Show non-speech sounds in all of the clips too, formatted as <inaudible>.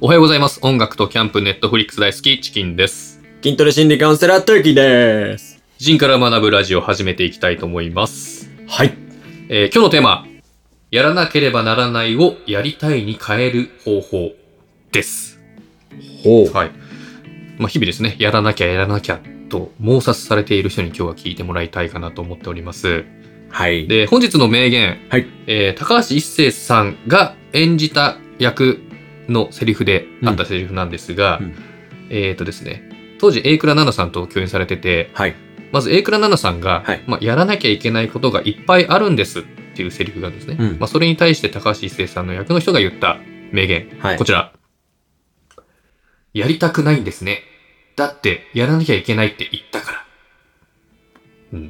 おはようございます。音楽とキャンプ、ネットフリックス大好き、チキンです。筋トレ心理カウンセラー、トゥーキーです。知人から学ぶラジオを始めていきたいと思います。はい。えー今日のテーマ、やらなければならないをやりたいに変える方法です。ほう。はい。まあ、日々ですね、やらなきゃやらなきゃと猛殺されている人に今日は聞いてもらいたいかなと思っております。はい。で、本日の名言、はいえー高橋一生さんが演じた役のセリフであったセリフなんですが、うんうんえっ、とですね、当時、榮倉奈々さんと共演されてて、はい。まず、榮倉奈々さんが、はいまあ、やらなきゃいけないことがいっぱいあるんですっていうセリフがあるんですね。うんまあ、それに対して高橋一生さんの役の人が言った名言、はいこ。ちら。やりたくないんですね。だって、やらなきゃいけないって言ったから。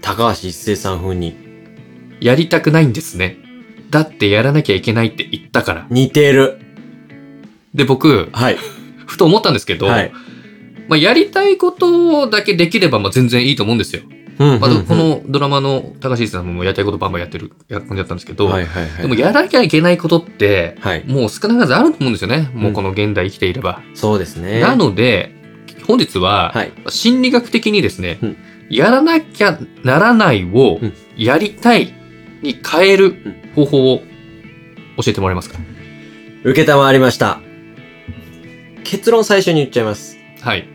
高橋一生さん風に。やりたくないんですね。だってやらなきゃいけないって言ったから。似てる。で、僕、はい。ふと思ったんですけど、はい。まあ、やりたいことだけできればまあ全然いいと思うんですよ。うんまあ、こ、うんのドラマの高橋一生さんもやりたいことバンバンやってるや感じだったんですけど、はいはいはい。でもやらなきゃいけないことって、はい。もう少なからずあると思うんですよね。もううんこの現代生きていれば。そうですね。なので、本日は、はい。心理学的にですね、うんやらなきゃならないをうんやりたいに変える方法を教えてもらえますか、受けたまわりました。結論最初に言っちゃいます。はい。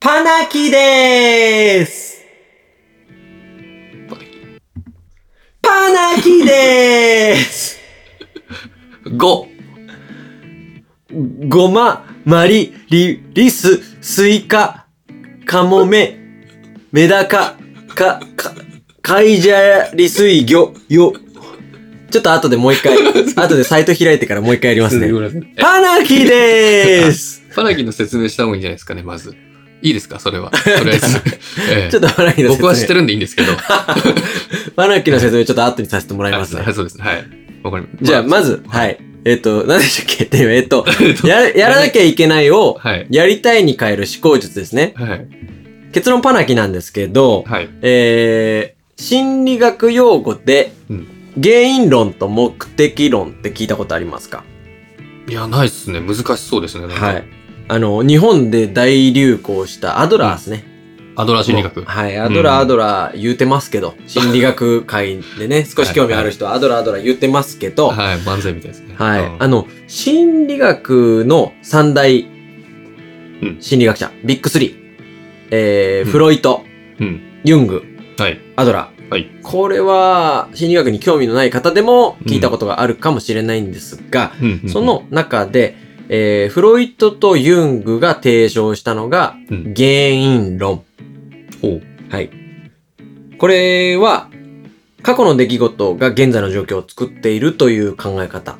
パナキでーすパナキでーす 5! ごま、まり、り、りす、すいか、かもめ、めだか、か、か、かいじゃりすいぎょ、よ。ちょっと後でもう <laughs> 一回、後でサイト開いてからもう一回やりますね。パナキでーすパラキの説明した方がいいんじゃないですかね、まず。いいですかそ <laughs> れは。とりあえず。ええちょっとパナキの説明。僕は知ってる。るんでいいんですけど。 <laughs> パナキの説明ちょっと後にさせてもらいはまい、すそね。うですね。はい。わかりまじゃあ、まず、はい。えっと、何でしたっけっていう、え <laughs> っと、や、やらなきゃいけないを、はい。やりたいに変える思考術ですね。はい。結論パナキなんですけど、はい。えー心理学用語で、うん原因論と目的論って聞いたことありますかいや、ないっすね。難しそうですね。なんかはい。。あの、日本で大流行したアドラーですね。アドラー心理学。はい。アドラー、アドラー言うてますけど、心理学界 <laughs> でね、少し興味ある人はアドラー、アドラー言うてますけど、はい。漫才みたいですね。はい。うんあの、心理学の三大うん心理学者、ビッグスリー、えーうんフロイト、うん。ユング、はい。アドラー。はいこれは、心理学に興味のない方でも聞いたことがあるかもしれないんですが、うんうんうんそ、の中で、えーフロイトとユングが提唱したのが、うん。原因論。ほう。はい。これは、過去の出来事が現在の状況を作っているという考え方。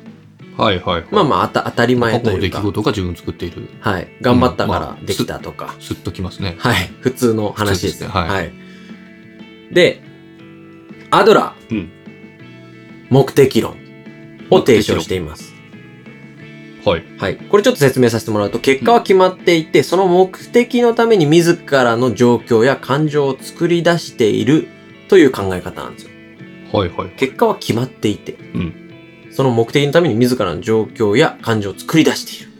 はいはいはい。まあまあ、あた当たり前過去とのい出う来か。事が自分を作っている。はい。頑張ったかうんまらあできたとか。すっときますね。はい。普通の話で普通ですね。すねはいはい。で、アドラー、うん目的論を提唱しています。はい。はい。これちょっと説明させてもらうと、結果は決まっていて、その目的のために自らの状況や感情を作り出しているという考え方なんですよ。はいはい。結果は決まっていて、んその目的のために自らの状況や感情を作り出している。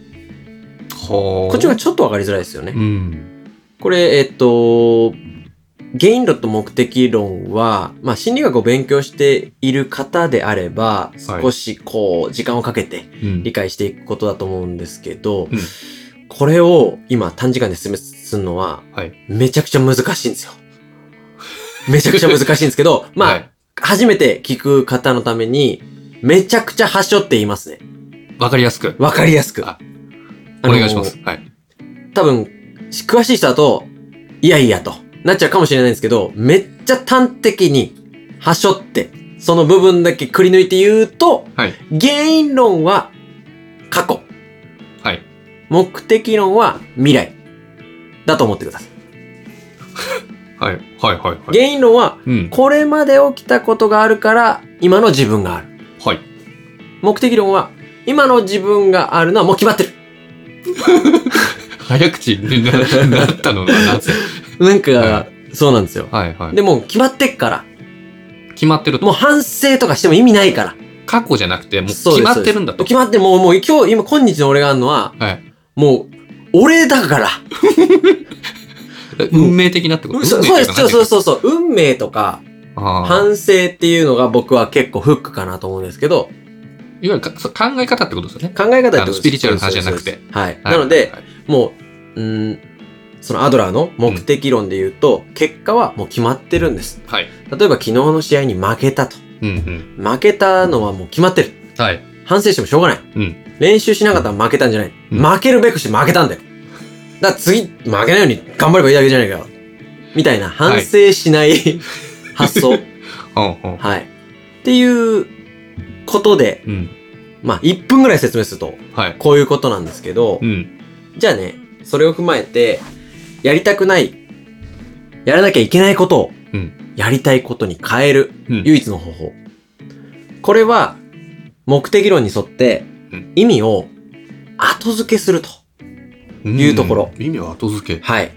はあ。こっちがちょっとわかりづらいですよね。うん。これ、えっと、原因論と目的論は、まあ、心理学を勉強している方であれはば、い少しこう、時間をかけてうん理解していくことだと思うんですけど、うんこれを今短時間で説明するのは、はいめちゃくちゃ難しいんですよ。めちゃくちゃ難しいんです <laughs> けど、まあ、はい初めて聞く方のために、めちゃくちゃ端折って言いますね。わかりやすく。わかりやすく。ああおの願いします。はい。多分、し詳しい人だと、いやいやとなっちゃうかもしれないんですけど、めっちゃ端的に、はしょって、その部分だけくり抜いて言うと、はい。原因論は過去、はい。目的論は未来、だと思ってください。はい。はい。はい。はい。原因論は、うん。これまで起きたことがあるから、今の自分がある。はい。 <laughs> 目的論は、今の自分があるのはもう決まってる。早口にななったのは <laughs> なぜなんか、はそうなんですよ。はいはい。でも、決まってっから、決まってると。もう反省とかしても意味ないから。過去じゃなくて、もうそう決ですまってるんだと。決まって、もう、もう、今日、今、今日の俺があるのは、はい。もう、俺だから。うん運命的なってことそ運そう命でっていす。かそうそうそうそう。運命とか、あー反省っていうのが僕は結構フックかなと思うんですけど、いわゆるかそう考え方ってことですよね。考え方ってことあでのすスピリチュアルの話じゃなくて。そうですはい。はいなので、はいもう、うーん、そのアドラーの目的論で言うと、結果はもう決まってるんです。はい。例えば昨日の試合に負けたと。うんうん。負けたのはもう決まってる。はい。反省してもしょうがない。うん練習しなかったら負けたんじゃない。うん負けるべくして負けたんだよ。だから次、負けないように頑張ればいいだけじゃないかよ。みたいな、反省しない、<laughs> 発想。ほんほん。はい。っていうことで、うん。まあ、1分ぐらい説明すると、はい。こういうことなんですけどう、ん。じゃあね、それを踏まえて、やりたくない、やらなきゃいけないことをうん、やりたいことに変える、うん。唯一の方法。これは、目的論に沿ってうん、意味を後付けすると。言うところん。意味は後付け。はい。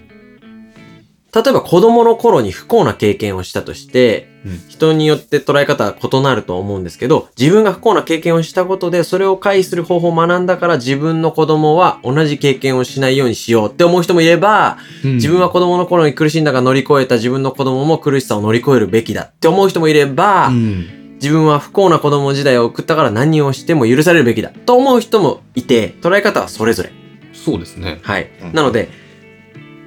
例えば子供の頃に不幸な経験をしたとして、うん人によって捉え方は異なると思うんですけど、自分が不幸な経験をしたことで、それを回避する方法を学んだから自分の子供は同じ経験をしないようにしようって思う人もいれば、自分は子供の頃に苦しんだが乗り越えた自分の子供も苦しさを乗り越えるべきだって思う人もいれば、うん。自分は不幸な子供時代を送ったから何をしても許されるべきだと思う人もいて、捉え方はそれぞれ。そうですね。はい。うんなので、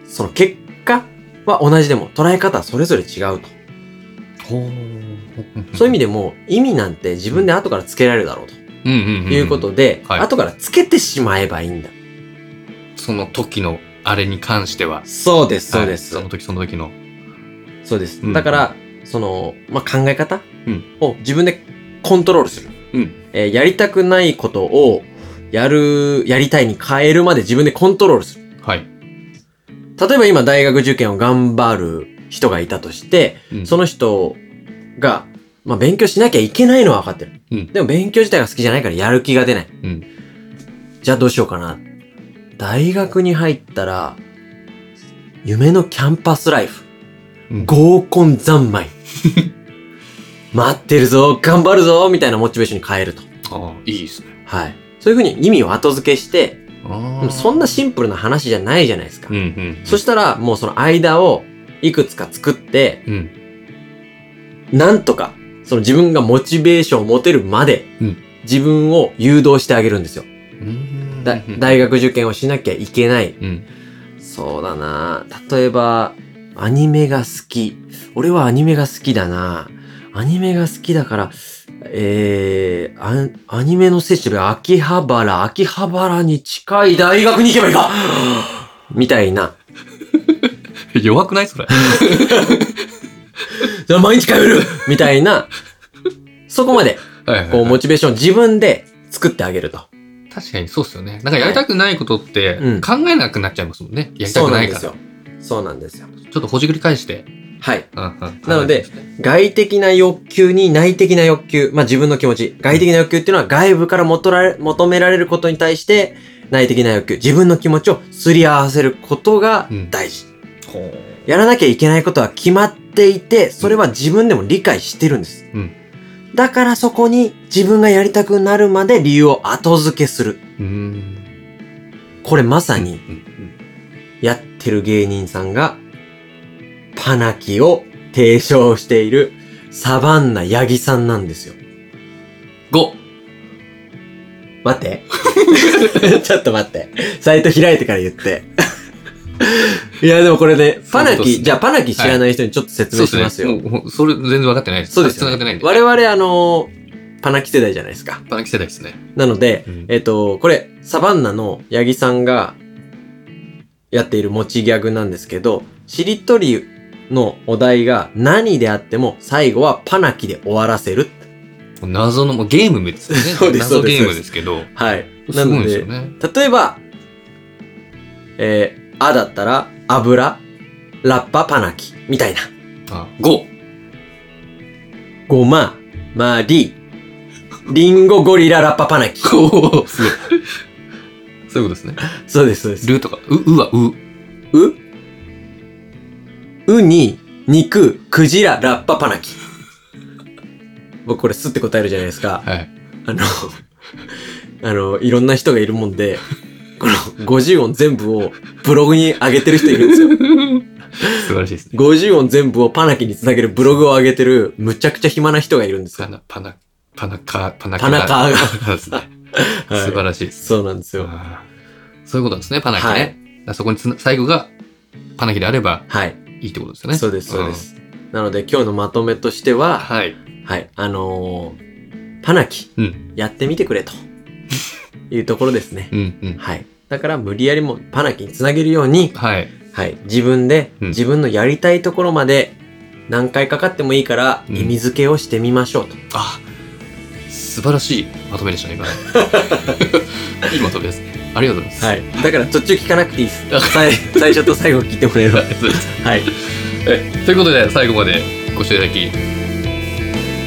その結果は同じでも、捉え方はそれぞれ違うと。ほう。そういう意味味でも、意味なんて自分で後からつけられるだろうとで、うんうんんいうこと。で、はい後からつけてしまえばいいんだ。その時のあれに関しては。そうです、そうです。はいその時その時の。そうです。うんだから、その、まあ、考え方うんを自分でコントロールする。うん。えーやりたくないことを、やる、やりたいに変えるまで自分でコントロールする。はい。例えば今大学受験を頑張る人がいたとして、うんその人が、まあ、勉強しなきゃいけないのは分かってる。うんでも勉強自体が好きじゃないからやる気が出ない。うんじゃあどうしようかな。大学に入ったら、夢のキャンパスライフ。うん合コン <laughs> 三昧。待ってるぞ、頑張るぞ、みたいなモチベーションに変えると。ああ、いいですね。はい。そういうふうに意味を後付けして、あでもあ。そんなシンプルな話じゃないじゃないですか。うんうん。そしたら、もうその間をいくつか作って、うん。なんとか、その自分がモチベーションを持てるまで、うん自分を誘導してあげるんですよ。うん。だ大学受験をしなきゃいけない。うん。 <laughs> そうだな例えば、アニメが好き。俺はアニメが好きだなアニメが好きだから、えー、アアニメの摂取が秋葉原、秋葉原に近い大学に行けばいいか <gasps> みたいな。弱くない <laughs> それ。それ毎日通えるみたいな。そこまで、はいはいはいこう、モチベーションを自分で作ってあげると。確かにそうっすよね。なんかやりたくないことってうん考えなくなっちゃいますもんね。やりたくないから。ちょそうなんですよ。そうなんですよ。っとほじくり返して。はい。うんうんなので、外的な欲求に内的な欲求。まあ自分の気持ち。外的な欲求っていうのは外部から求られ求められることに対して、内的な欲求。自分の気持ちをすり合わせることが大事。ほうやらなきゃいけないことは決まっていて、それは自分でも理解してるんです。うんだからそこに自分がやりたくなるまで理由を後付けする。うーん。これまさにうんうんやってる芸人さんが、パナキを提唱しているサバンナヤギさんなんですよ。五待って。 <laughs> ちょっと待って。サイト開いてから言って。 <laughs> いや、でもこれね、そパういナうことっすキ、ねじゃあパナキ知らない人にちょっと説そう明っしますよ。ね。もうそれ全然分かってないです。そうです繋がよ、ってないんね。で。我々、あのーパナキ世代じゃないですか。パナキ世代ですね。なので、うんえっと、これ、サバンナの八木さんがやっている持ちギャグなんですけど、しりとりのお題が何であっても最後はパナキで終わらせる。もう謎の、もうゲームですよね。 <laughs> そうですそう謎ですゲームですけど。はい。なすごいのですで、よね。例えば、えー、あだったら油、ラッパパナキみたいな。あ五ごま、まり、リンゴゴリララッパパナキ。五すご <laughs> い。そういうことですね。そうです、そうです。ルとか、う、うはう。うウに、肉、クジラ、ラッパ、パナキ。僕これすって答えるじゃないですか。はい。あの、あの、いろんな人がいるもんで、この50音全部をブログに上げてる人いるんですよ。素晴らしいですね。 50音全部をパナキにつなげるブログを上げてる、むちゃくちゃ暇な人がいるんですパよ。ナ、パナ、パナカ、パナパナカーがそうですね。はい素晴らしいです。そうなんですよ。あーそういうことなんですね、パナキね。はいだからそこにつな最後がパナキであればはい。いいってことですよね。そうです、そうです。なので今日のまとめとしてうん。は、はい。はい、あのーパナキ、うん。やってみて <laughs> くれというところですね。うん。うん。はい。だから無理やりもパナキにつなげるように、はい。はい、自分で、うん自分のやりたいところまで何回かかってもいいからうん意味付けをしてみましょうと。あ、素晴らしいまとめでしたね、 <laughs> 今ね。いいまとめですね。ありがとうございます。はい。 <laughs> だから途中聞かなくていいです。わ最最初と最後聞いてもらえれば。はい。 <laughs> そうです。はい。えということで、最後までご視聴いただき、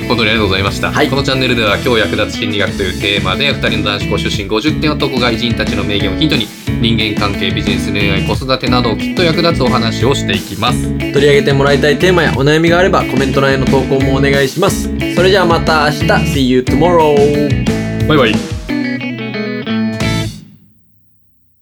本当にありがとうございました。はいこのチャンネルでは、今日役立つ心理学というテーマで、2人の男子校出身50点男が偉人たちの名言をヒントに、人間関係、ビジネス、恋愛、子育てなど、きっと役立つお話をしていきます。取り上げてもらいたいテーマやお悩みがあればコメント欄への投稿もお願いします。それじゃあまた明日 See you tomorrow! バイバイ。